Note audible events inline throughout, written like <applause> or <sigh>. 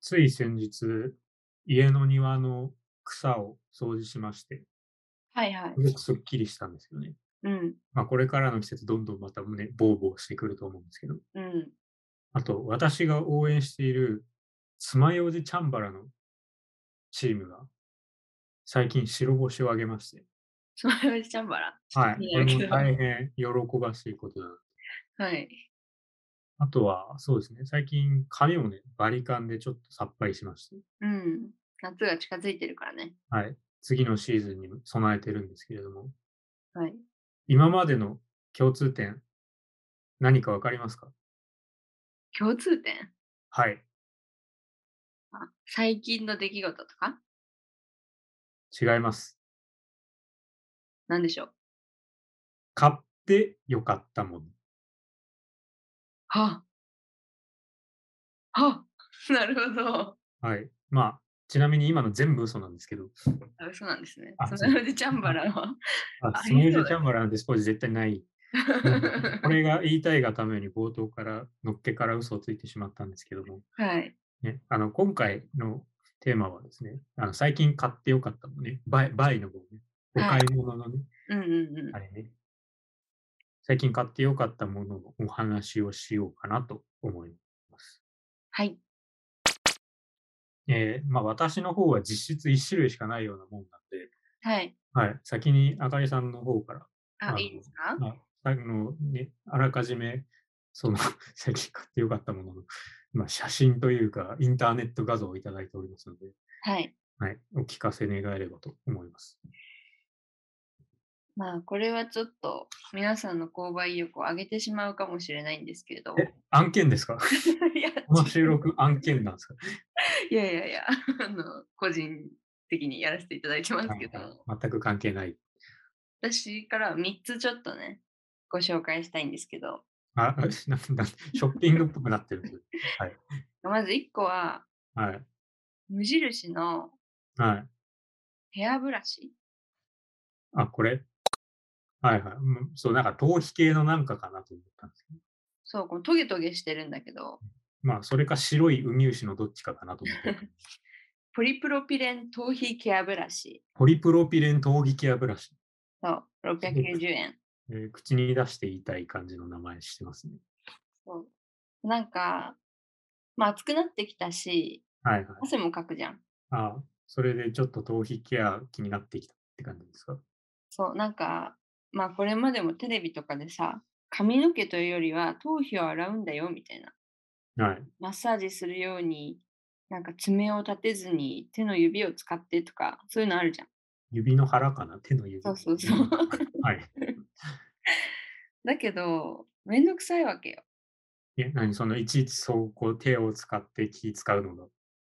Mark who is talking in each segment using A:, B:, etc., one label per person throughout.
A: つい先日、家の庭の草を掃除しまして、
B: はいはい。
A: すごくすっきりしたんですよね。
B: うん。
A: まあ、これからの季節、どんどんまたね、ボーボーしてくると思うんですけど。
B: うん。 <laughs>
A: あと、私が応援している、爪楊枝チャンバラのチームが、最近白星を挙げまして。
B: つまようじチャンバラ。
A: はい。
B: い
A: これも大変喜ばしいことだな。
B: はい。
A: あとは、そうですね。最近、髪もね、バリカンでちょっとさっぱりしまして。
B: うん。夏が近づいてるからね。
A: はい。次のシーズンに備えてるんですけれども、
B: はい。
A: 今までの共通点、何かわかりますか
B: 共通点
A: はい。
B: あ最近の出来事とか
A: 違います。
B: 何でしょう
A: 買ってよかったもの。
B: はあ、はあ、 <laughs> なるほど。
A: はい。まあ、ちなみに今の全部嘘なんですけど、
B: あ嘘なんですね。
A: あ
B: そ
A: そう
B: のでチャンバラ <laughs> は。
A: あ
B: あ
A: スムー
B: りそ
A: ジー
B: う
A: チ
B: だ
A: ャンバラなんてスポーツ絶対ない。
B: <laughs> ね
A: これが言いたいがために冒頭から、のっけから嘘をついてしまったんですけども、
B: はい。
A: ね、あの今回のテーマはですね、あの最近買ってよかったものね、バイバイの方ね、お
B: は
A: 買
B: い。
A: い物のね、
B: うんうんうん。
A: あれね、最近買ってよかったもののお話をしようかなと思います。
B: はい。
A: えーまあ、私の方は実質1種類しかないようなもんなんで、
B: はい。
A: はい、先にあかりさんの方から、
B: あ、
A: あ
B: いい
A: の、
B: ですか
A: まあ、あのね、あらかじめ、その、 <laughs> 最近買ってよかったものの、まあ、写真というか、インターネット画像をいただいておりますので、
B: はい。
A: はい、お聞かせ願えればと思います。
B: まあ、これはちょっと皆さんの購買意欲を上げてしまうかもしれないんですけれども。
A: え、案件ですか
B: <laughs> いや、
A: この
B: ち
A: 収録案件なんですか
B: いやいやい <laughs> や、あの、個人的にやらせていただいてます
A: はい
B: けど、
A: はい、全く関係ない。
B: 私からは3つちょっとね、ご紹介したいんですけど、
A: あ、 <laughs> あなんなんショッピングっぽくなってるんですよ。はい。
B: まず1個は、
A: はい。
B: 無印の
A: はい。
B: ヘアブラシ
A: あ、これはいはい。うんそう、なんか頭皮系のなんかかなと思ったんですけど。
B: そう、このトゲトゲしてるんだけど、
A: まあ、それか白いウミウシのどっちかかなと思って
B: <laughs>
A: た。
B: ポリプロピレン頭皮ケアブラシ、
A: ポリプロピレン頭皮ケアブラシ。
B: そう、690円。
A: えー口に出して言いたい感じの名前してますね。
B: そうなんか、まあ暑くなってきたし、
A: はいはい。
B: 汗もかくじゃん。
A: あそれでちょっと頭皮ケア気になってきたって感じですか
B: そう、なんか、まあこれまでもテレビとかでさ、髪の毛というよりは頭皮を洗うんだよみたいな。
A: はい。
B: マッサージするように、なんか爪を立てずに手の指を使ってとか、そういうのあるじゃん。
A: 指の腹かな手の指。
B: そうそうそう
A: はい。
B: <laughs> だけど、めんどくさいわけよ。
A: え、何そのいちいちそうこう手を使って気使うのが。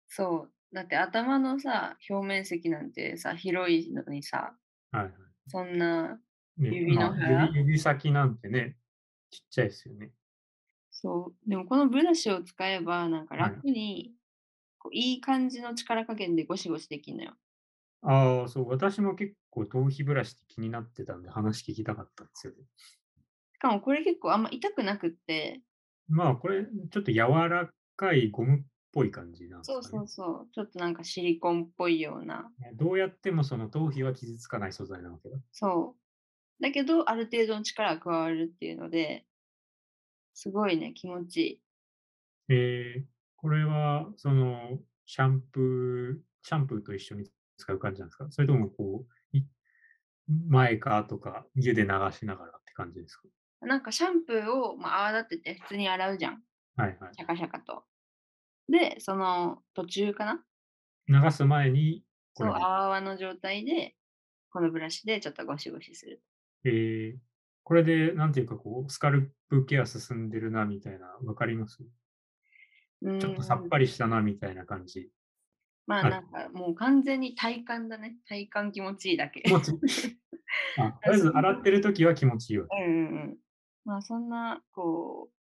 B: そう。だって頭のさ、表面積なんてさ、広いのにさ、
A: はいはい。
B: そんな、
A: ね、
B: 指
A: ま
B: の
A: あ
B: 腹
A: 指指先なんてね、ちっちゃいですよね。
B: そう。でもこのブラシを使えば、なんか
A: はい、
B: 楽に、こういい感じの力加減でゴシゴシできるのよ。
A: ああ、そう、私も結構頭皮ブラシって気になってたんで話聞きたかったんですよね。
B: しかもこれ結構あんま痛くなくって、
A: まあ、これ、ちょっと柔らかいゴムっぽい感じなんです
B: そう
A: かね。
B: そうそう、ちょっとなんかシリコンっぽいような、
A: ねどうやってもその頭皮は傷つかない素材なわけだ。
B: そう。だけど、ある程度の力が加わるっていうので、すごいね、気持ちいい。
A: えー、これは、その、シャンプー、シャンプーと一緒に使う感じなんですかそれとも、こう、い前かとか、湯で流しながらって感じですか
B: なんかシャンプーを、まあ、泡立てて普通に洗うじゃん。
A: はいはい。
B: シャカシャカと。で、その途中かな
A: 流す前に、こ
B: そ
A: れ
B: う、
A: ね、
B: 泡々の状態で、このブラシでちょっとゴシゴシする。
A: えー、これで、なんていうか、こう、スカルプケア進んでるな、みたいな、わかります
B: う
A: ちょっとさっ
B: ん。
A: ぱりしたな、みたいな感
B: <laughs>
A: じ。
B: まあ
A: ある
B: なんかもう完全に体感だね。体感気持ちいいだけ。
A: 気持ちいいあとりあえず、洗ってるときは気持ちいいわけ。
B: <laughs> うんうんうん。まあそんな、こう、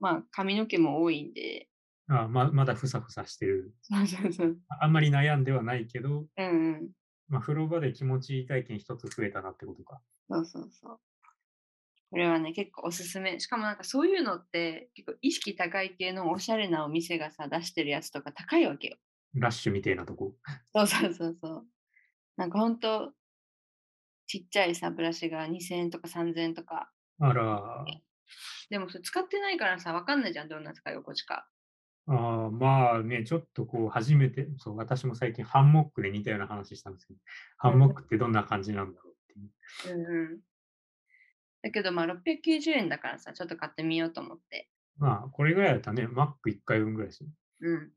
B: まあ髪の毛も多いんで、
A: あままだふさふさしてる。
B: そうそうそう。
A: ああんまり悩んではないけど、
B: うんうん。
A: まあ、風呂場で気持ちいい体験一つ増えたなってことか。
B: そうそうそう。これはね、結構おすすめ。しかもなんかそういうのって結構意識高い系のおしゃれなお店がさ、出してるやつとか高いわけよ。 <laughs>
A: ラッシュみたいなとこ。
B: そうそうそうそう。なんかほんと、ちっちゃいさ、ブラシが2000円とか3000円とか。
A: あら、
B: でもそれ使ってないからさ、わかんないじゃん、どんな使い心地か。
A: あーまあね、ちょっとこう、初めて、そう、私も最近ハンモックで似たような話したんですけど、ハンモックってどんな感じなんだろうっていう。
B: うんうん。だけどまあ690円だからさ、ちょっと買ってみようと思って。
A: まあ、これぐらいだったらね、マック1回分ぐらいでする。
B: うん。い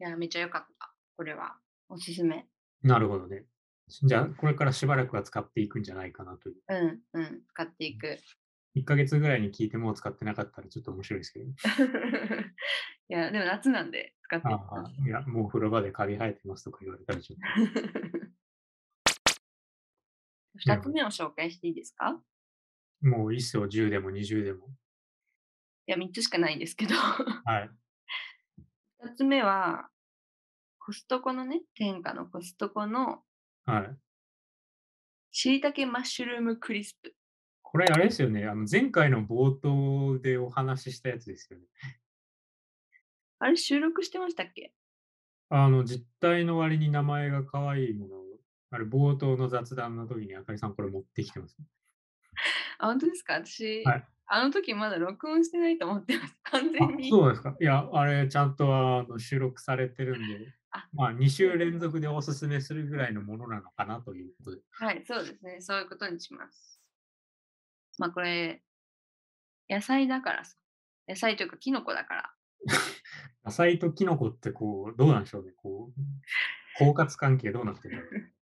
B: や、めっちゃ良かった。これは。おすすめ。
A: なるほどね。じゃあ、これからしばらくは使っていくんじゃないかなという。
B: うんうん。使っていく。
A: 1ヶ月ぐらいに聞いてもう使ってなかったらちょっと面白いですけど。
B: いや、でも夏なんで使って
A: あ
B: い <laughs>
A: あ、いや、もう風呂場でカビ生えてますとか言われたらちょっと。
B: きます。2つ目を紹介していいですか
A: もう一層10でも20でも。
B: いや、3つしかないんですけど。 <laughs>
A: はい。
B: 2つ目は、コストコのね、天下のコストコの
A: はい。
B: しいたけマッシュルームクリスプ。
A: これあれですよね。あの前回の冒頭でお話ししたやつですよね。
B: あれ収録してましたっけ
A: あの実体の割に名前が可愛いものを、あれ冒頭の雑談の時にあかりさんこれ持ってきてます。
B: あ、本当ですか私、
A: はい
B: あの時まだ録音してないと思ってます。完
A: あ
B: 全に。
A: そうですか。いや、あれちゃんとあの収録されてるんで
B: あ、
A: まあ2週連続でおすすめするぐらいのものなのかなということで。
B: はい、そうですね。そういうことにします。まあこれ、野菜だからさ。野菜というかキノコだから。
A: 野菜とキノコってこう、どうなんでしょうね。こう、包括関係どうなってるんだろう。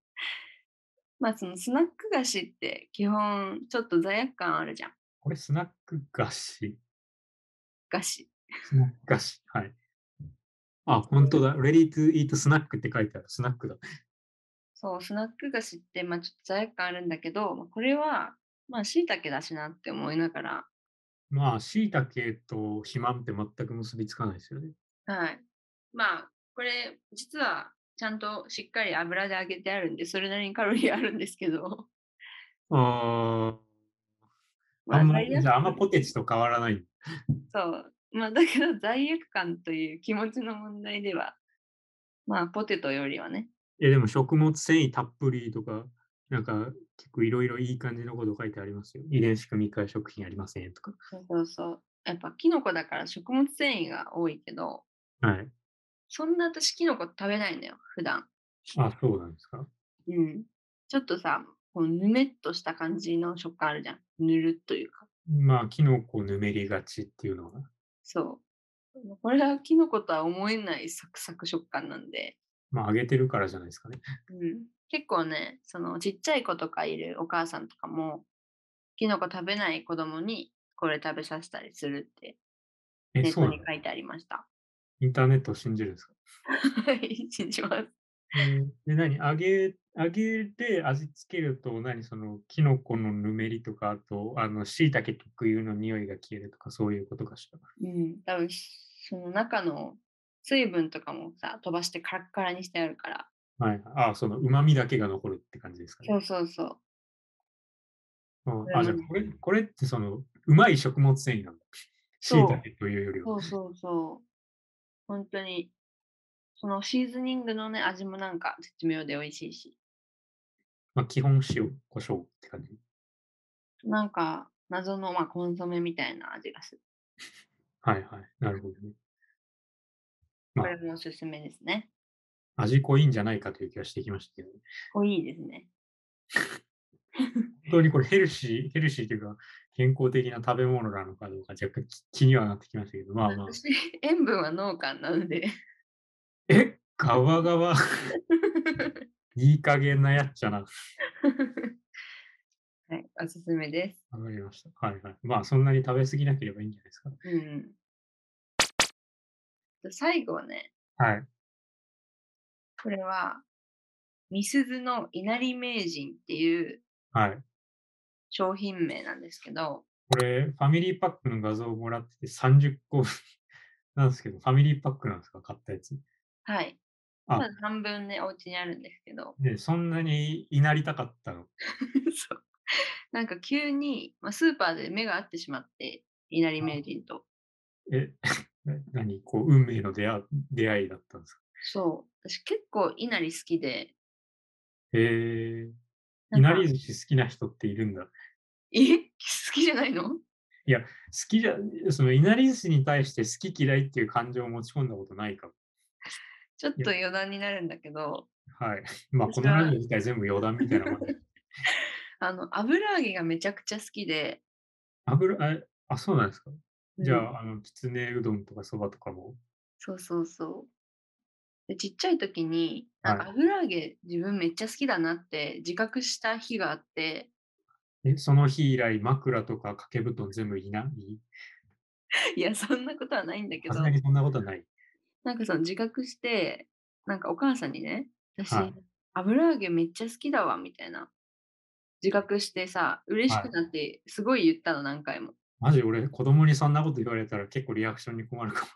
B: まあそのスナック菓子って基本ちょっと罪悪感あるじゃん。
A: これスナック菓子。
B: 菓子。
A: スナック菓子。はい。あ、本当だ。Ready to eat スナックって書いてある。スナックだ。
B: そう、スナック菓子ってまあちょっと罪悪感あるんだけど、まあこれはまあ椎茸だしなって思いながら、
A: まあ、椎茸と肥満って全く結びつかないですよね。
B: はい。まあこれ実はちゃんとしっかり油で揚げてあるんで、それなりにカロリーあるんですけど。 <laughs>
A: あ
B: ま
A: あんま
B: 罪悪
A: じゃあ、あんま
B: 感
A: ポテチと変わらない。
B: そう。まあ、だけど罪悪感という気持ちの問題では、まあ、ポテトよりはね。
A: え、でも食物繊維たっぷりとか、なんか結構いろいろいい感じのこと書いてありますよ。遺伝子組み換え食品ありませんとか。
B: そうそうそう。やっぱ、キノコだから食物繊維が多いけど、
A: はい。
B: そんな私、キノコ食べないのよ、普段。
A: あ、そうなんですか。
B: うん。ちょっとさ、こうぬめっとした感じの食感あるじゃん。ぬるっというか。
A: まあ、キノコぬめりがちっていうのは。
B: そう。これはキノコとは思えないサクサク食感なんで、
A: まあ、揚げてるからじゃないですかね。
B: うん、結構ね、そのちっちゃい子とかいるお母さんとかも、キノコ食べない子供にこれ食べさせたりするって
A: え、
B: ネッ
A: そう
B: ト
A: な
B: に
A: の
B: 書いてありました。 <laughs>
A: インターネットを信じるんですか
B: はい、信じます。
A: えーで、何揚げ、揚げで味付けると、何その、キノコのぬめりとか、あと、あの、椎茸特有の匂いが消えるとか、そういうことかしら。
B: うん、多分その中の水分とかもさ、飛ばしてカラッカラにしてあるから。
A: はい。ああ、その、旨味だけが残るって感じですか
B: そ
A: ね。
B: うそうそう。
A: うん
B: それ
A: あ、じゃあ、
B: も
A: これ、これってその、うまい食物繊維なんだ。
B: そう
A: 椎茸というより
B: そ
A: は。
B: うそうそう。本当に、そのシーズニングのね、味もなんか絶妙で美味しいし。
A: まあ、基本塩、胡椒って感じ。
B: なんか、謎の、まあ、コンソメみたいな味がする。
A: はいはい。なるほどね。
B: こ
A: まあ
B: れもおすすめですね。
A: 味濃いんじゃないかという気がしてきましたけど、
B: おいいですね。
A: 本当にこれヘルシー、ヘルシーというか、健康的な食べ物なのかどうか、若干き気にはなってきましたけど、まあ
B: <laughs>
A: まあ。
B: 私、塩分は農家なので。 <laughs>
A: え、ガワガワ、 <laughs> いい加減なやっちゃな。
B: はい、おすすめです。
A: わかりました。はいはい。まあ、そんなに食べ過ぎなければいいんじゃないですか。
B: うん。最後はね、
A: はい。
B: これは、みすずの稲荷名人っていう
A: はい。
B: 商品名なんですけど、
A: これ、ファミリーパックの画像をもらってて30個なんですけど、ファミリーパックなんですか買ったやつ。
B: はい。
A: あ
B: まだ半分ね、お家にあるんですけど、 <laughs>
A: で、そんなにいなりたかったの。 <laughs>
B: そうなんか急に、まあ、スーパーで目が合ってしまって、稲荷名人と。
A: え、 <laughs> な何こう、運命の出会出会いだったんですか
B: そう。私結構稲荷好きで。
A: へえ
B: ないんか
A: なり寿司好きな人っているんだ。好
B: <laughs> え <laughs> 好きじゃないの
A: きじゃ、そのいなり寿司に対して好き嫌いっていう感情を持ち込んだことないかも。
B: ちょっと余談になるんだけど、
A: はい。 <laughs> まあ、このラジオ自体全部余談みたいなもん
B: <laughs>
A: で。
B: あの、油揚げがめちゃくちゃ好きで。
A: 油、ああ、そうなんですか。じゃ
B: うん
A: あ、あの、きつねうどんとかそばとかも。
B: そうそうそう。でちっちゃい時に、
A: はい
B: なんか油揚げ自分めっちゃ好きだなって自覚した日があって、 <laughs>
A: え、その日以来、枕とか掛け布団全部いない
B: いや、そんなことはないんだけ
A: さ
B: ど
A: す、がにそんなことはない。
B: なんかその自覚して、なんかお母さんにね、私、
A: はい
B: 油揚げめっちゃ好きだわ、みたいな。自覚してさ、嬉しくなって、すごい言ったの、何回も。 <laughs>
A: マジ俺、子供にそんなこと言われたら結構リアクションに困るかも。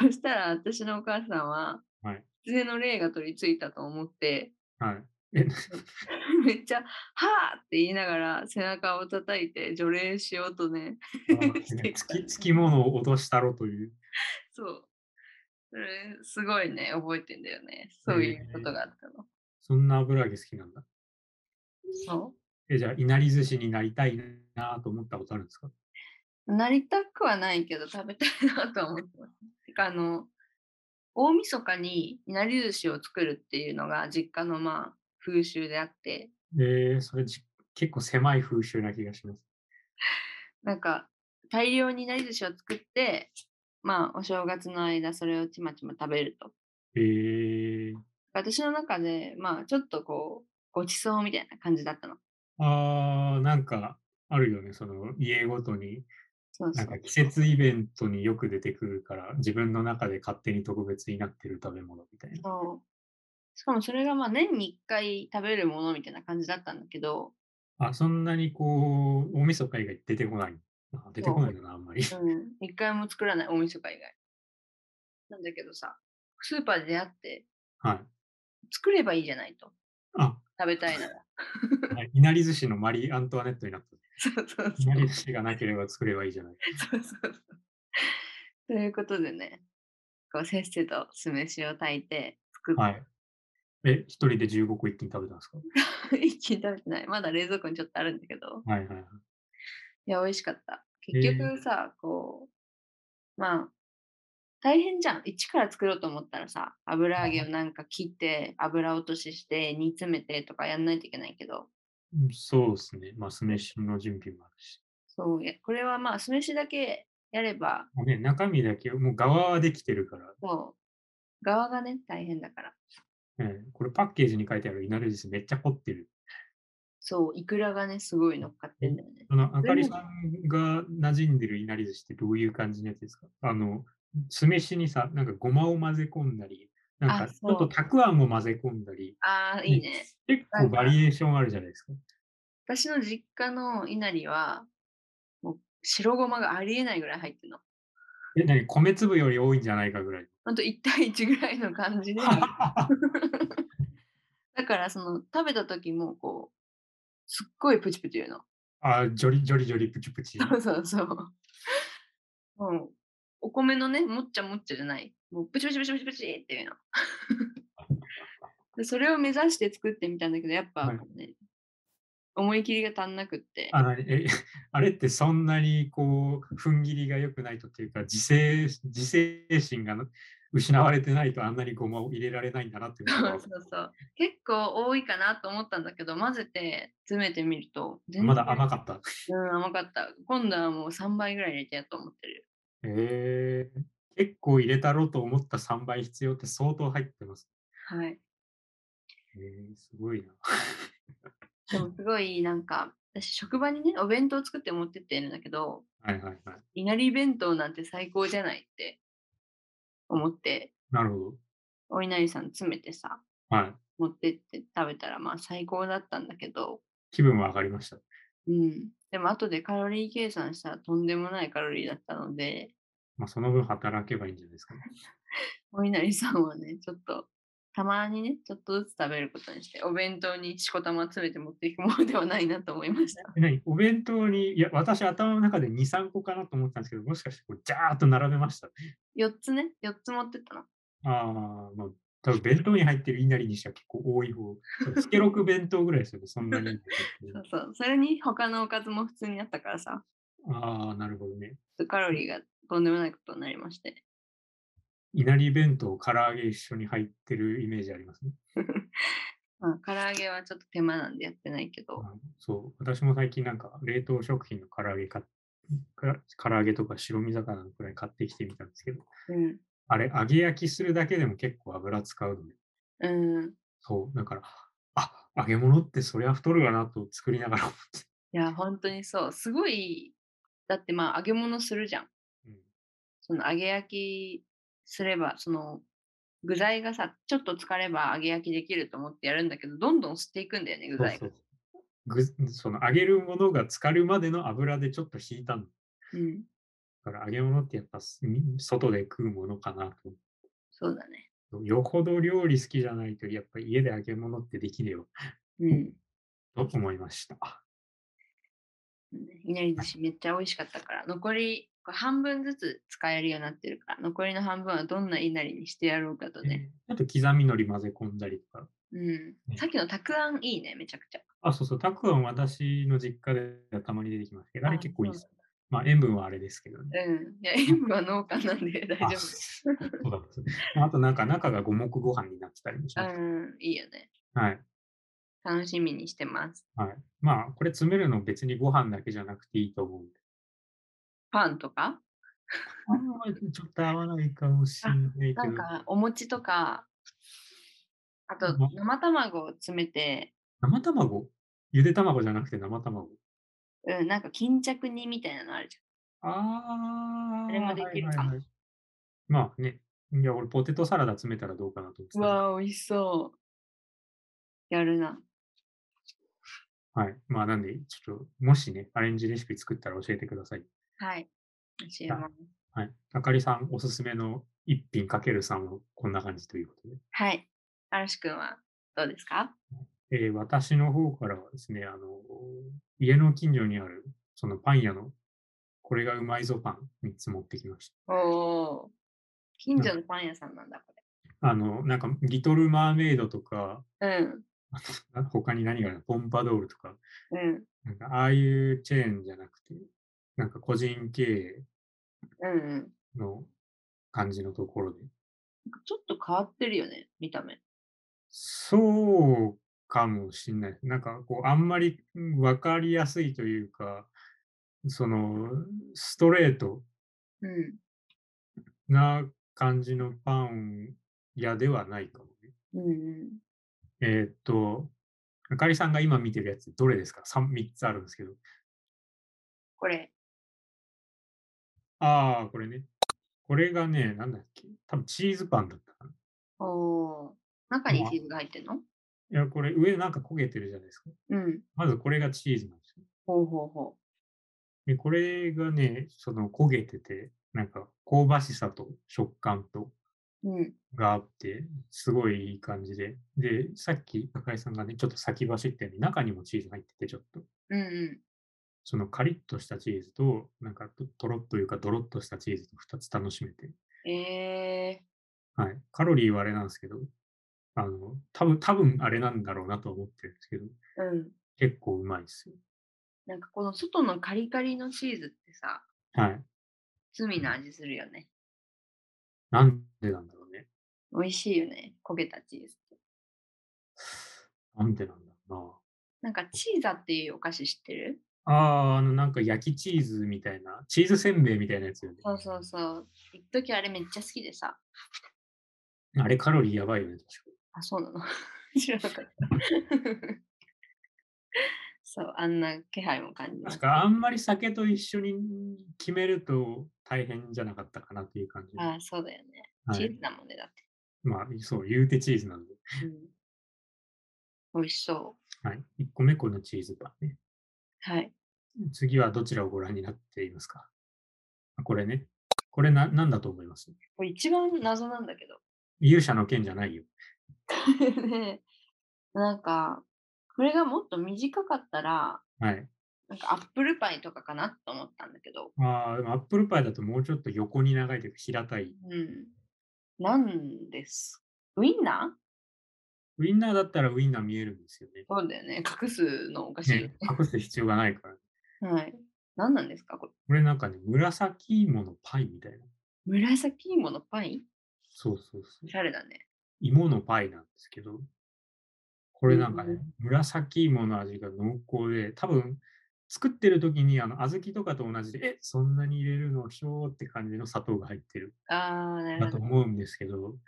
B: そしたら、私のお母さんは、
A: はい
B: 狐の霊が取り付いたと思って、
A: はい。え、
B: <laughs> めっちゃ、はあって言いながら、背中を叩いて除霊しようとね、 <laughs> してき
A: つ
B: た
A: き、つきものを落としたろという。
B: そう。それ、すごいね、覚えてんだよね。そういうことがあったの。
A: そんな油揚げ好きなんだ。
B: そう
A: え、じゃあ、いなり寿司になりたいなと思ったことあるんですか
B: なりたくはないけど食べたいなとは思ってます。てかあの大晦日にいなり寿司を作るっていうのが実家のまあ風習であって
A: えー、それじ結構狭い風習な気がします。
B: なんか大量にいなり寿司を作ってまあお正月の間それをちまちま食べると
A: えー、
B: 私の中でまあちょっとこうごちそうみたいな感じだったの
A: あー、なんかあるよね。その家ごとに、
B: そうそ
A: な
B: うん
A: か季節イベントによく出てくるから、自分の中で勝手に特別になってる食べ物みたいな。
B: そうしかもそれがまあ年に1回食べるものみたいな感じだったんだけど
A: あ、そんなにこう、大晦日以外出てこない。あ出てこないんだな、あんまり。
B: うん、一回も作らない、大晦日以外。なんだけどさ、スーパーで出会って、
A: はい。
B: 作ればいいじゃないと。
A: あ、
B: 食べたいなら。 <laughs>
A: はいいなり寿司のマリー・アントワネットになった。
B: そうそう
A: い
B: そ
A: な
B: う
A: り寿司がなければ作ればいいじゃない。
B: そうそう <laughs> そう。ということでね、こうせっせと酢飯を炊いて <laughs> 作って、
A: はい。え、一人で15個一気に食べたんですか
B: 一気に食べてない。まだ冷蔵庫にちょっとあるんだけど、
A: はいはいはい。
B: いや、美味しかった。
A: へえ
B: 結局さ、こう、まあ、大変じゃん。一から作ろうと思ったらさ、油揚げをなんか切って、油落としして、煮詰めてとかやんないといけないけど、
A: うんそうですね。まあ、酢飯の準備もあるし。
B: そうや、これはまあ、酢飯だけやれば、
A: もうね、中身だけ、もう側はできてるから、
B: そう、側がね、大変だから。
A: ええこれパッケージに書いてあるいなり寿司めっちゃ凝ってる。
B: そう、イクラがね、すごい乗っかってんだよね。
A: そのあかり
B: それ
A: さんが馴染んでるいなり寿司ってどういう感じのやつですかあの、酢飯にさ、なんかごまを混ぜ込んだり、なん
B: あ
A: かち
B: そう
A: ょっとたくあんも混ぜ込んだり、
B: ああ、いいね。
A: 結構バリエーションあるじゃないですか。
B: 私の実家の稲荷は、もう白ごまがありえないぐらい入ってるの。
A: え、何米粒より多いんじゃないかぐらい。
B: ほんと1対1ぐらいの感じで。だから、その、食べた時も、こう、すっごいプチプチ言うの。
A: あ、ジョリジョリジョリプチプチ。
B: <laughs> そうそうそう。もう、お米のね、もっちゃもっちゃじゃない。もう、プチプチプチプチプチっていうの。 <laughs> でそれを目指して作ってみたんだけど、やっぱ、
A: はい
B: ね思い切りが足んなくって。
A: あ何えあれってそんなにこう踏ん切りが良くないとっていうか自制自制心がな失われてないとあんなにごまを入れられないんだなっていう
B: そ
A: のが
B: う <laughs> そうそう。結構多いかなと思ったんだけど、混ぜて詰めてみると、全
A: まだ甘
B: か
A: かった。
B: った。うん、甘かった。今度はもう3倍ぐらい入れてやと思ってる。
A: えー結構入れたろうと思った3倍必要って相当入ってます。
B: はい。
A: えーすごいな。
B: でもすごい、なんか、私、職場にね、お弁当作って持ってってるんだけど、
A: はいはいはい。
B: いなり弁当なんて最高じゃないって思って、
A: なるほど。
B: お稲荷さん詰めてさ、
A: はい。
B: 持ってって食べたら、まあ最高だったんだけど、
A: 気分は上がりました。
B: うん。でも後でカロリー計算したらとんでもないカロリーだったので、
A: まあ、その分働けばいいんじゃないですか、
B: お稲荷さんはね、ちょっとたまにね、ちょっとずつ食べることにして、お弁当にしこたま詰めて持っていくものではないなと思いました。
A: <laughs> え何お弁当に、いや、私、頭の中で2、3個かなと思ったんですけど、もしかしてこう、ジャーっと並べました。
B: 4つね、4つ持ってったな。
A: ああ、まあ、多分弁当に入ってるいなりにしては結構多い方。スケロク弁当ぐらいですよね、そんなに。
B: <laughs> そうそう。それに他のおかずも普通にあったからさ、
A: ああ、なるほどね。
B: カロリーがとんでもないことになりまして。
A: いなり弁当、唐揚げ一緒に入ってるイメージありますね。
B: まあ、唐揚げはちょっと手間なんでやってないけ
A: あ
B: ど、
A: のそう、私も最近なんか冷凍食品の唐揚げ買っか唐揚げとか白身魚のくらい買ってきてみたんですけど、
B: うん。
A: あれ、揚げ焼きするだけでも結構油使うので、
B: うん。
A: そう、だから、あ揚げ物ってそりゃ太るわなと作りながら思って。
B: いや、本当にそう。すごい、だってまあ揚げ物するじゃん。
A: うん
B: その揚げ焼きすれば、その具材がさ、ちょっと疲れば揚げ焼きできると思ってやるんだけど、どんどん吸っていくんだよね、具
A: そう
B: 材
A: そ
B: が。
A: うぐその揚げるものが浸かるまでの油でちょっと引いたんだ
B: うん。
A: から揚げ物ってやっぱすみ外で食うものかなと
B: そうだね。
A: よほど料理好きじゃないとやっぱ家で揚げ物ってできるよ
B: うん。
A: と思いました。
B: いなり寿司めっちゃ美味しかったから、残りこれ半分ずつ使えるようになってるから、残りの半分はどんないなりにしてやろうかとね。
A: あと刻みのり混ぜ込んだりとか。
B: うん。
A: ね
B: さっきのたくあんいいね、めちゃくちゃ。
A: あ、そうそう、たくあん私の実家ではたまに出てきますけど、あれ
B: あ
A: 結構いいです。まあ塩分はあれですけどね。
B: うん。いや、塩分は農家なんで大
A: あ
B: 丈夫。
A: そうだそうだあとなんか中が五目ご飯になってたりもします。
B: <laughs> うん、いいよね。
A: はい。
B: 楽しみにしてます。
A: はい。まあこれ詰めるの別にご飯だけじゃなくていいと思うんで。
B: パンとか、
A: あんまりちょっと合わないかもしれない
B: な
A: け
B: ん
A: ど、
B: かお餅とか、あと
A: うん
B: 生卵を詰めて、
A: 生卵ゆで卵じゃなくて生卵。
B: うん、なんか巾着煮みたいなのあるじ
A: ああ。
B: あれもできるか
A: はいはいはいまあね。いや、俺、ポテトサラダ詰めたらどうかなと思って
B: ゃん。
A: た。
B: わあ、美味しそう。やるな。
A: はい。まあ、なんで、ちょっと、もしね、アレンジレシピ作ったら教えてください。
B: はい。教えます。
A: はい。あかりさん、おすすめの一品かける3をこんな感じということで。
B: はい。嵐くんはどうですか
A: えー私の方からはですね、あの、家の近所にある、そのパン屋の、これがうまいぞパン3つ持ってきました。
B: おお。近所のパン屋さんなんだ、こ
A: あの、なんか、リトル・マーメイドとか、
B: れ。うん。
A: あ他に何があるのポンパドールとか、
B: うん。
A: なんかああいうチェーンじゃなくて、なんか個人経
B: うんうん。
A: 営の感じのところで。
B: ちょっと変わってるよね、見た目。
A: そうかもしんない。なんかこう、あんまりうんわかりやすいというか、そのストレート
B: うん。
A: な感じのパン屋ではないかもね。
B: うんうん。
A: えーっと、あかりさんが今見てるやつ、どれですか 3, ?3 つあるんですけど。
B: これ。
A: ああ、これね。これがね、なんだっけ多分チーズパンだったかな。
B: おお。中にチーズが入ってるの
A: いや、これ上なんか焦げてるじゃないですか。
B: うん。
A: まずこれがチーズなんですよ。
B: ほうほうほ
A: で、これがね、その焦げてて、なんか香ばしさと食感と
B: う。うん。
A: があって、すごいいい感じで。で、さっき高井さんがね、ちょっと先走ってね、中にもチーズ入ってて、ちょっと。
B: うんうん。
A: そのカリッとしたチーズと、なんかととろっというか、ドロッとしたチーズと2つ楽しめて。
B: え
A: はい。カロリーはあれなんですけど、あの、多分、多分あれなんだろうなとは思ってるんですけど、
B: ー、うん。
A: 結構うまいですよ。
B: なんかこの外のカリカリのチーズってさ、
A: はい。
B: 罪の味するよね。
A: なんでなんだろうね。
B: 美味しいよね、焦げたチーズって。
A: なんでなんだろ
B: なんかチーザっていうお菓子知ってる
A: うな。ああ、あの、なんか焼きチーズみたいな、チーズせんべいみたいなやつよね。
B: そうそうそう。一時あれめっちゃ好きでさ。
A: あれカロリーやばいよね、確か
B: あ、そうなの <laughs> 知らなかった。 <laughs> そう、あんな気配も感じ
A: に。
B: ま
A: 確
B: す。
A: かあんまり酒と一緒に決めると大変じゃなかったかなという感じで。
B: あ、そうだよね。
A: は
B: チー
A: い、
B: ズだもんね、だって。
A: まあ、そう、言うてチーズなんで。
B: <laughs> うん、美味しそ
A: はい。1個目、このチーズパンね。
B: う。はい。
A: 次はどちらをご覧になっていますかあこれね。これな、なんだと思います
B: これ一番謎なんだけど。
A: 勇者の剣じゃないよ。
B: <laughs> で、なんか、これがもっと短かったら、
A: はい。
B: なんかアップルパイとかかなと思ったんだけど、
A: ああ、でもアップルパイだともうちょっと横に長いというか平たい。
B: うん。なんです。ウインナー
A: ウインナーだったらウインナー見えるんですよね。
B: そうだよね。隠すのおかしいよ
A: ね
B: ね。
A: 隠す必要がないから。
B: はい。何なんですかこれ。
A: これなんかね、紫芋のパイみたいな。
B: 紫芋のパイ
A: そうそうそう
B: お。しゃれだね。
A: 芋のパイなんですけど、これなんか
B: う
A: ね
B: ん、
A: 紫芋の味が濃厚で、多分作ってる時にあの小豆とかと同じで、えそんなに入れるのひょーって感じの砂糖が入ってる
B: ああ、なる
A: だ
B: ほ
A: と
B: ど。
A: 思うんですけど、
B: うん。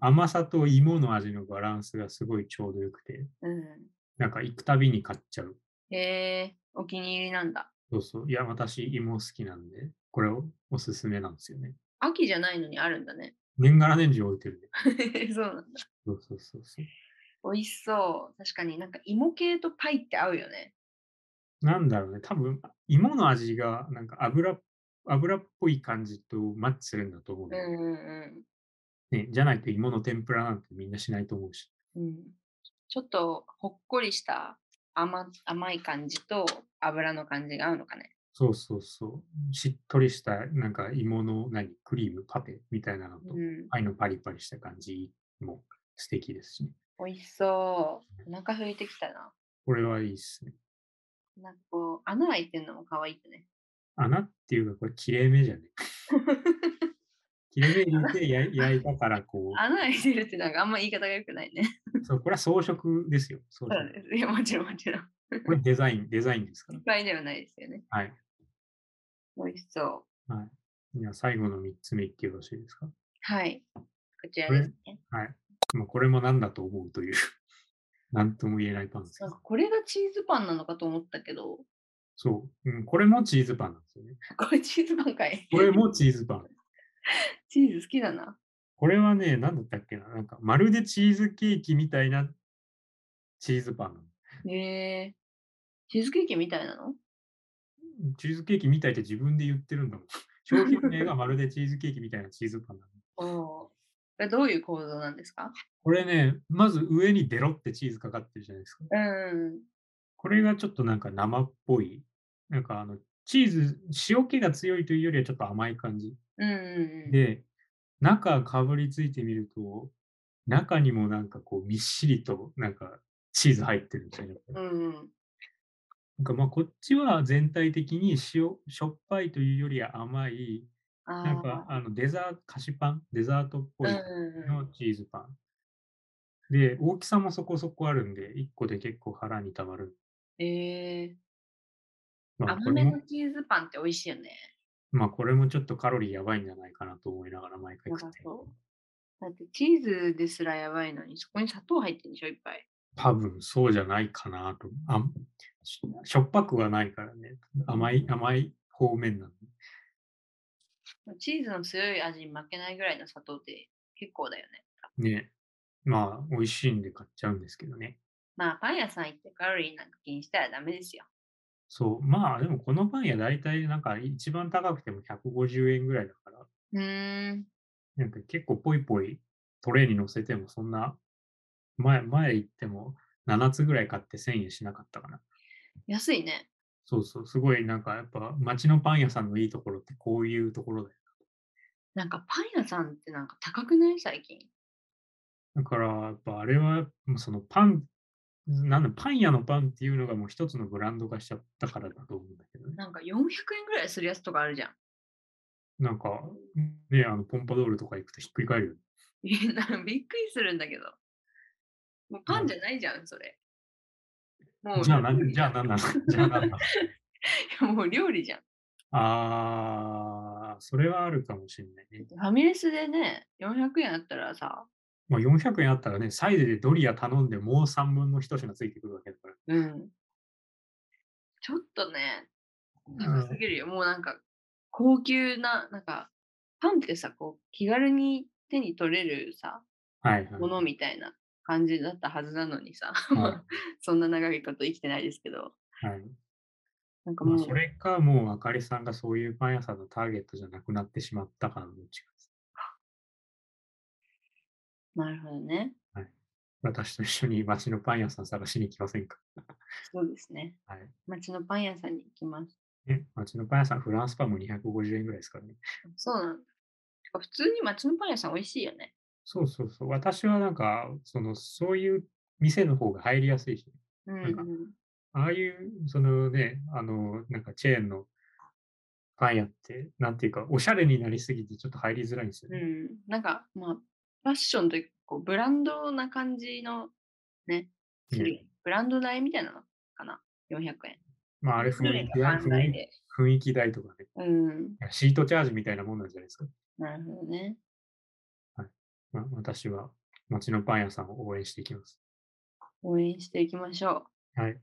A: 甘さと芋の味のバランスがすごいちょうどよくて、
B: う
A: なんか行くたびに買っちゃう。
B: ん。へえ、お気に入りなんだ。
A: そうそう。いや、私芋好きなんで、これおおすすめなんですよね。
B: 秋じゃないのにあるんだね。
A: 年がら年中置いてるんで。
B: <laughs> そうなんだ。
A: そうそうそうそう。
B: 美味しそう。確かになんか芋系とパイって合うよね。
A: なんだろうね、多分芋の味がなんか油っ油っぽい感じとマッチするんだと思う、
B: うん
A: だよ
B: うん
A: ねじゃないと芋の天ぷらなんてみんなしないと思うし。
B: うん。うん、ちょっとほっこりした甘甘い感じと油の感じが合うのかね。
A: そうそうそう。しっとりしたなんか芋の何クリームパテみたいなのと、
B: うん。
A: パイのパリパリした感じも素敵ですしね。
B: 美味しそう。お腹空いてきたな。
A: これはいいですね。
B: なんかこう、穴開いてるのも可愛いってね。
A: 穴っていうかこれ切れ目じゃね。切れ目入れ
B: <laughs>
A: てや焼いたからこ
B: 穴開いてるってなんかあんま言い方が良くないね。
A: う、そうこれは装飾ですよ。装
B: そ
A: 飾
B: うです。いや、もちろんもちろん。
A: これデザイン、デザインですか
B: い
A: ら
B: っ。ぱいではないですよね。
A: はい。
B: 美味しそう。
A: はい。じゃあ最後の3つ目いってよろしいですか
B: はい。こちらですね。
A: はい。まあ、これも何だと思うと <laughs> いう、なんとも言えないパンですけ
B: なん
A: ど
B: か。これがチーズパンなのかと思ったけど、
A: そう、うん。これもチーズパンなんですよね。
B: <laughs> これチーズパンかい。 <laughs>
A: これもチーズパン。 <laughs>
B: チーズ好きだな。
A: これはね、何だったっけな。なんか、まるでチーズケーキみたいなチーズパンなの。
B: へえチーズケーキみたいなの
A: うんチーズケーキみたいって自分で言ってるんだもん。商品名がまるでチーズケーキみたいなチーズパンなの。
B: おおー。これどういう構造なんですか
A: これね、まず上にベロってチーズかかってるじゃないですか。
B: うん。
A: これがちょっとなんか生っぽい。なんかあの、チーズ、塩気が強いというよりはちょっと甘い感じ。
B: うんうんうん。
A: で、中かぶりついてみると、中にもなんかこう、みっしりとなんかチーズ入ってるみたいな。
B: う
A: なん
B: うん。
A: んかまあ、こっちは全体的に塩、しょっぱいというよりは甘い、な
B: あ
A: んかあのデザート、菓子パン、デザートっぽ
B: あ。う
A: い
B: んうんう
A: の
B: ん。
A: チーズパン。で、大きさもそこそこあるんで、1個で結構腹にたまる。
B: ええ
A: まあ、こ
B: 甘
A: れ
B: め
A: も
B: のチーズパンって美味しいよね。
A: まあこれもちょっとカロリーやばいんじゃないかなと思いながら毎回
B: や
A: 食
B: ば
A: ってる。
B: そう。だってチーズですらやばいのに、そこに砂糖入ってるんでしょ、いっぱい。
A: 多分そうじゃないかなと。あんししょっぱくはないからね。甘い、甘い方面なんで。
B: チーズの強い味に負けないぐらいの砂糖って結構だよね。
A: ね。まあ美味しいんで買っちゃうんですけどね。
B: まあ、パン屋さん行ってカロリーなんか気にしたらダメですよ。
A: そう。まあでもこのパン屋大体なんか一番高くても150円ぐらいだから、
B: うーん。
A: なんか結構ポイポイトレーに乗せてもそんな、前、前行っても7つぐらい買って1000円しなかったかな。
B: 安いね。
A: そうそう。すごいなんかやっぱ街のパン屋さんのいいところってこういうところだよ
B: なんかパン屋さんってなんか高くない最近。
A: だから、やっぱあれは、もうそのパン、なんだ、パン屋のパンっていうのがもう一つのブランド化しちゃったからだと思うんだけどね。
B: なんか400円ぐらいするやつとかあるじゃん。 <laughs>
A: なんか、ね、あの、ポンパドールとか行くとひっくり返るよね。
B: えなんかびっくりするんだけど。もうパンじゃないじゃん、それ。もう
A: じゃあ、な
B: 料
A: ん
B: 理
A: じゃあ何なの <laughs> じゃあ何なの
B: もう料理じゃん。
A: あー、それはあるかもしれないね。
B: ファミレスでね、400円あったらさ、
A: まあ、400円あったらね、サイズでドリア頼んでもう3分の1品ついてくるわけだから。
B: うん。ちょっとね、
A: う
B: 高
A: ん
B: すぎるよ。もうなんか、高級な、なんか、パンってさ、こう、気軽に手に取れるさ、
A: はいはい。
B: ものみたいな感じだったはずなのにさ、 <laughs>
A: はい
B: そんな長いこと生きてないですけど、
A: はい
B: なんか
A: ま
B: も
A: あ、
B: う、
A: それか、もう、あかりさんがそういうパン屋さんのターゲットじゃなくなってしまったかのどっちかです。
B: なるほどね。
A: はい私と一緒に街のパン屋さん探しに行きませんか
B: そうですね。
A: はい。
B: 町のパン屋さんに行きます。
A: ね、街のパン屋さん、フランスパンも250円ぐらいですからね。
B: そうなんだ。てか普通に町のパン屋さん美味しいよね。
A: そうそうそう。私はなんか、その、そういう店の方が入りやすいし、
B: うん、う
A: なん
B: ん
A: か。ああいう、そのね、あの、なんかチェーンのパン屋って、なんていうか、おしゃれになりすぎてちょっと入りづらいんですよ
B: う
A: ね。
B: ん。なんか、まあ、ファッションというか、こうブランドな感じの、ね、
A: ね
B: ブランド代みたいなのかな。400円。
A: まあ、あれ雰
B: どれ
A: 囲気
B: が
A: だ
B: 半代で。
A: 雰囲気代とかね、
B: うん。
A: シートチャージみたいなもんなんじゃないですか。
B: なるほどね。
A: まあ、私は街のパン屋さんを応援していきます。
B: 応援していきましょ
A: はい。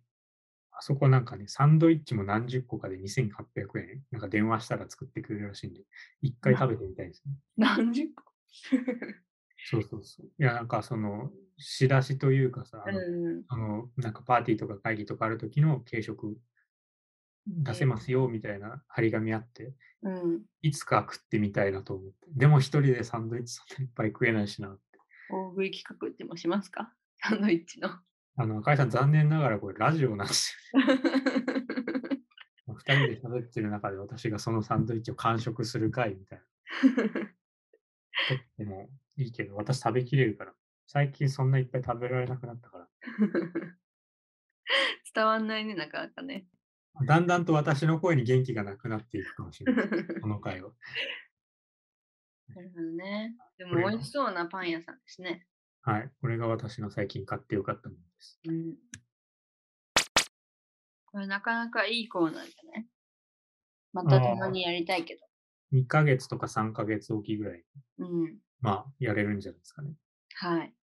A: あそこなんかね、サンドイッチも何十個かで2800円、なんか電話したら作ってくれるらしいんで、一回食べてみたいですね。
B: う。何十個 <laughs>
A: そうそうそう。いや、なんかその、仕出しというかさ、あの
B: うん。
A: あの、なんかパーティーとか会議とかある時の軽食出せますよみたいな張り紙あって、
B: うん。
A: いつか食ってみたいなと思って。でも一人でサンドイッチそんないっぱい食えないしな。
B: 大食い企画ってもしますか <laughs> サンドイッチの。
A: あの、赤井さん残念ながらこれラジオなんですよ。二人で喋ってる中で私がそのサンドイッチを完食する回みたいな。とってもいいけど、私食べきれるから。最近そんないっぱい食べられなくなったから。
B: 伝わんないね、なかなか <laughs> ね。
A: だんだんと私の声に元気がなくなっていくかもし
B: <laughs>
A: れない。この回は。
B: なるほどね。で
A: これ
B: も
A: が
B: 美味しそうなパン屋さんですね。
A: はい。これが私の最近買ってよかったものです。
B: うん。これなかなかいいコーナーじゃないまたたまにやりたいけ
A: 2ヶ月とか3ヶ月おきぐらい、
B: ど。うん。
A: まあ、やれるんじゃないですかね。
B: はい。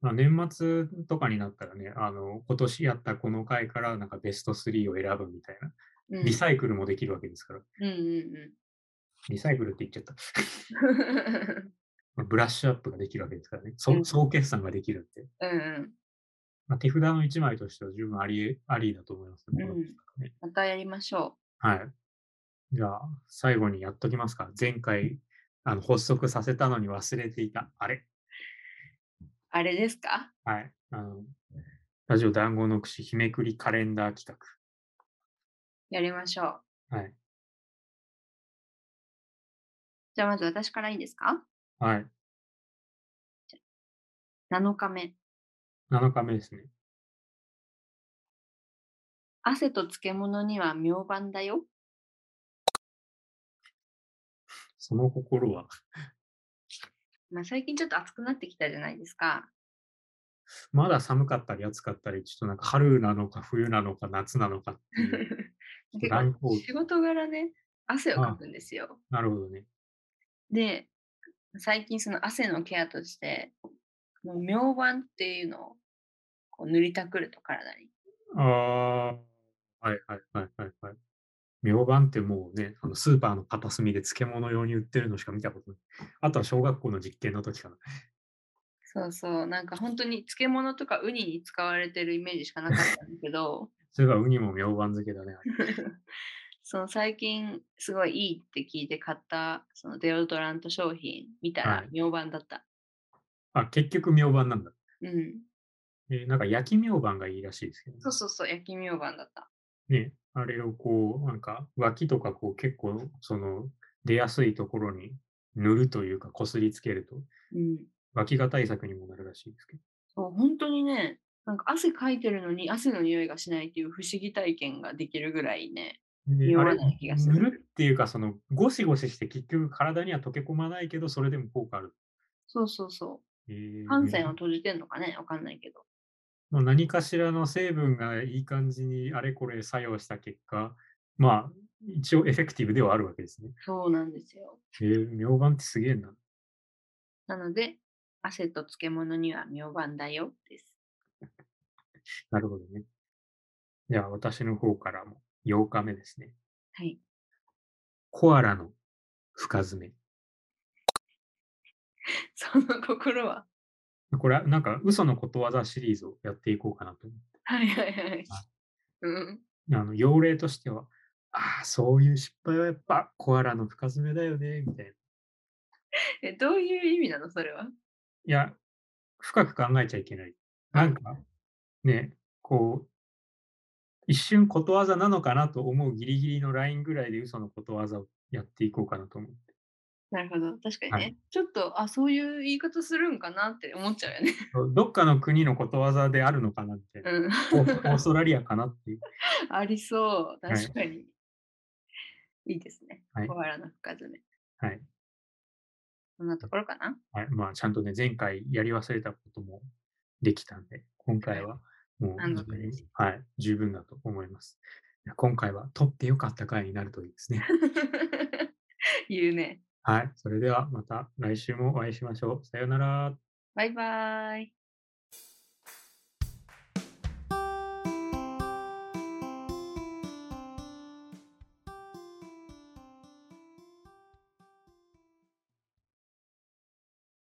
A: まあ、年末とかになったらね、あの、今年やったこの回から、なんかベスト3を選ぶみたいな。
B: うん。
A: リサイクルもできるわけですから。
B: うんうん <laughs>
A: リサイクルって言っちゃった。
B: うん。
A: まあブラッシュアップができるわけですからね。
B: う
A: そ
B: ん
A: 総決算ができるって。
B: うんうん。
A: まあ、手札の1枚としては十分ありえ、ありだと思いますね。
B: うん
A: この企画ね
B: またやりましょ
A: はい。じゃあ、最後にやっときますか。前回、あの、発足させたのに忘れていた、あれ。
B: う。あれですか
A: はい。あの、ラジオ団子の串日めくりカレンダー企
B: やりましょう。
A: 画。はい。
B: じゃあまず私からいいですか
A: はい。
B: 7日目。
A: 7日目ですね。
B: 汗と漬物には明晩だよ。
A: その心は、
B: まあ、最近ちょっと暑くなってきたじゃないで
A: <laughs>
B: すか。
A: まだ寒かったり暑かったり、ちょっとなんか春なのか冬なのか夏なのかって
B: <laughs>
A: いう。
B: 結
A: 乱
B: 構
A: 高
B: 仕事柄ね、汗を
A: はい
B: かくんですよ。
A: なるほどね。
B: で、最近その汗のケアとして、この明晩っていうのをこう塗りたくると体に。
A: ああ、はいはいはいはいはい。明晩ってもうね、あのスーパーの片隅で漬物用に売ってるのしか見たことない。あとは小学校の実験の時かな。
B: そうそう、なんか本当に漬物とかウニに使われてるイメージしかなかったんだけど、
A: それからウニも明晩漬けだね。
B: <laughs> その最近すごいいいって聞いて買ったそのデオドラント商品見たら
A: はい
B: 明晩だった。
A: あ、結局明晩なんだ。
B: うん。
A: えーなんか焼き明晩がいいらしいですけどね、
B: そうそうそう、焼き明晩だった。
A: ね、あれをこう、なんか脇とかこう結構その出やすいところに塗るというかこすりつけると
B: うん。
A: 脇が対策にもなるらしいですけど。
B: そう本当にね、なんか汗かいてるのに汗の匂いがしないっていう不思議体験ができるぐらいね。
A: で
B: 匂
A: あ
B: わ
A: れ
B: ない気がする
A: 塗るっていうかそのゴシゴシして結局体には溶け込まないけどそれでも効果ある。
B: そうそうそ
A: えー
B: う。汗腺を閉じてんのかね、わかんないけど。
A: もう何かしらの成分がいい感じにあれこれ作用した結果、まあ一応エフェクティブではあるわけですね。
B: そうなんですよ。
A: えー、明晩ってすげえな。
B: なので、汗と漬物には明晩だよです。
A: なるほどね。じゃあ私の方からも8日目ですね。
B: はい。 <laughs>
A: コアラの深爪。
B: その心は。
A: これはなんか嘘のことわざシリーズをやっていこうかなと思って。
B: はいはいはい。うん。
A: あの要例としては、ああ、そういう失敗はやっぱコアラの深爪だよね、みたいな。い <laughs>
B: え、どういう意味なの、それは。
A: や、深く考えちゃいけない。なんかね、こう、一瞬ことわざなのかなと思うギリギリのラインぐらいで嘘のことわざをやっていこうかなと思う。
B: なるほど。確かにね、
A: はい
B: ちょっと、あ、そういう言い方するんかなって思っちゃうよね。 <laughs>
A: どっかの国のことわざであるのかなみたいな。
B: うん。
A: オーオーストラリアかなっていう。
B: <laughs> ありそう。
A: はい
B: 確かに。 <laughs> い、いですね。
A: はい
B: 小腹の深爪。
A: はい。
B: そんなところかな。 <laughs>
A: はい、まあ、ちゃんとね、前回やり忘れたこともできたんで、今回はもう
B: 満
A: 自
B: 足
A: 分
B: で
A: に、はい、十分だと思います。いや今回は取ってよかった回になるといいですね。
B: 言うね。
A: はい。それではまた来週もお会いしましょう。さようなら。
B: バイバーイ。